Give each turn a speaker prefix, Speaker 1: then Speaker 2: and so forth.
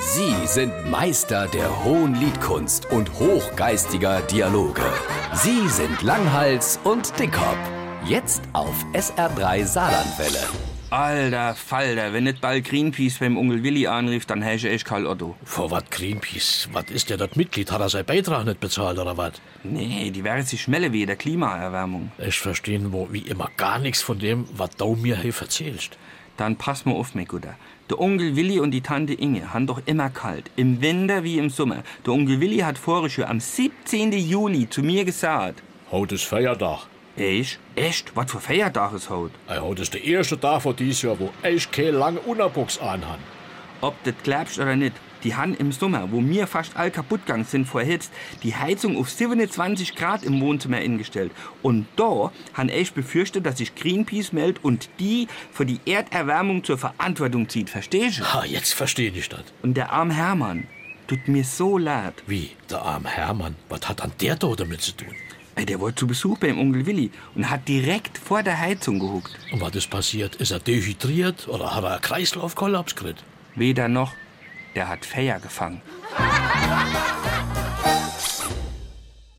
Speaker 1: Sie sind Meister der hohen Liedkunst und hochgeistiger Dialoge. Sie sind Langhals und Dickhop. Jetzt auf SR3 Saarlandwelle.
Speaker 2: Alter Falter, wenn nicht bald Greenpeace beim Onkel Willi anrief, dann hätte ich Karl Otto.
Speaker 3: Vor was Greenpeace? Was ist der dort Mitglied? Hat er seinen Beitrag nicht bezahlt oder was?
Speaker 2: Nee, die wäre sich schmelle wie der Klimaerwärmung.
Speaker 3: Ich verstehe wo wie immer gar nichts von dem, was du mir hier erzählst.
Speaker 2: Dann pass mal auf, mein Guter. Der Onkel Willi und die Tante Inge haben doch immer kalt. Im Winter wie im Sommer. Der Onkel Willi hat voriges Jahr am 17. Juli zu mir gesagt.
Speaker 3: Heute ist Feiertag.
Speaker 2: Ich? Echt? Was für Feiertag ist heute?
Speaker 3: Ey, Heute ist der erste Tag von diesem Jahr, wo ich keine lange Unterbuchs anhan.
Speaker 2: Ob das glaubst oder nicht, die haben im Sommer, wo mir fast all kaputt gegangen sind vor Hitze, die Heizung auf 27 Grad im Wohnzimmer eingestellt. Und da han ich befürchtet, dass sich Greenpeace meldet und die für die Erderwärmung zur Verantwortung zieht. Verstehst du?
Speaker 3: Ha, jetzt verstehe ich das.
Speaker 2: Und der arme Hermann tut mir so leid.
Speaker 3: Wie, der arme Hermann, was hat an der da damit zu tun?
Speaker 2: Ey, der war zu Besuch beim Onkel Willi und hat direkt vor der Heizung gehuckt.
Speaker 3: Und was ist passiert? Ist er dehydriert oder hat er einen Kreislaufkollaps gekriegt?
Speaker 2: Weder noch, der hat Feier gefangen.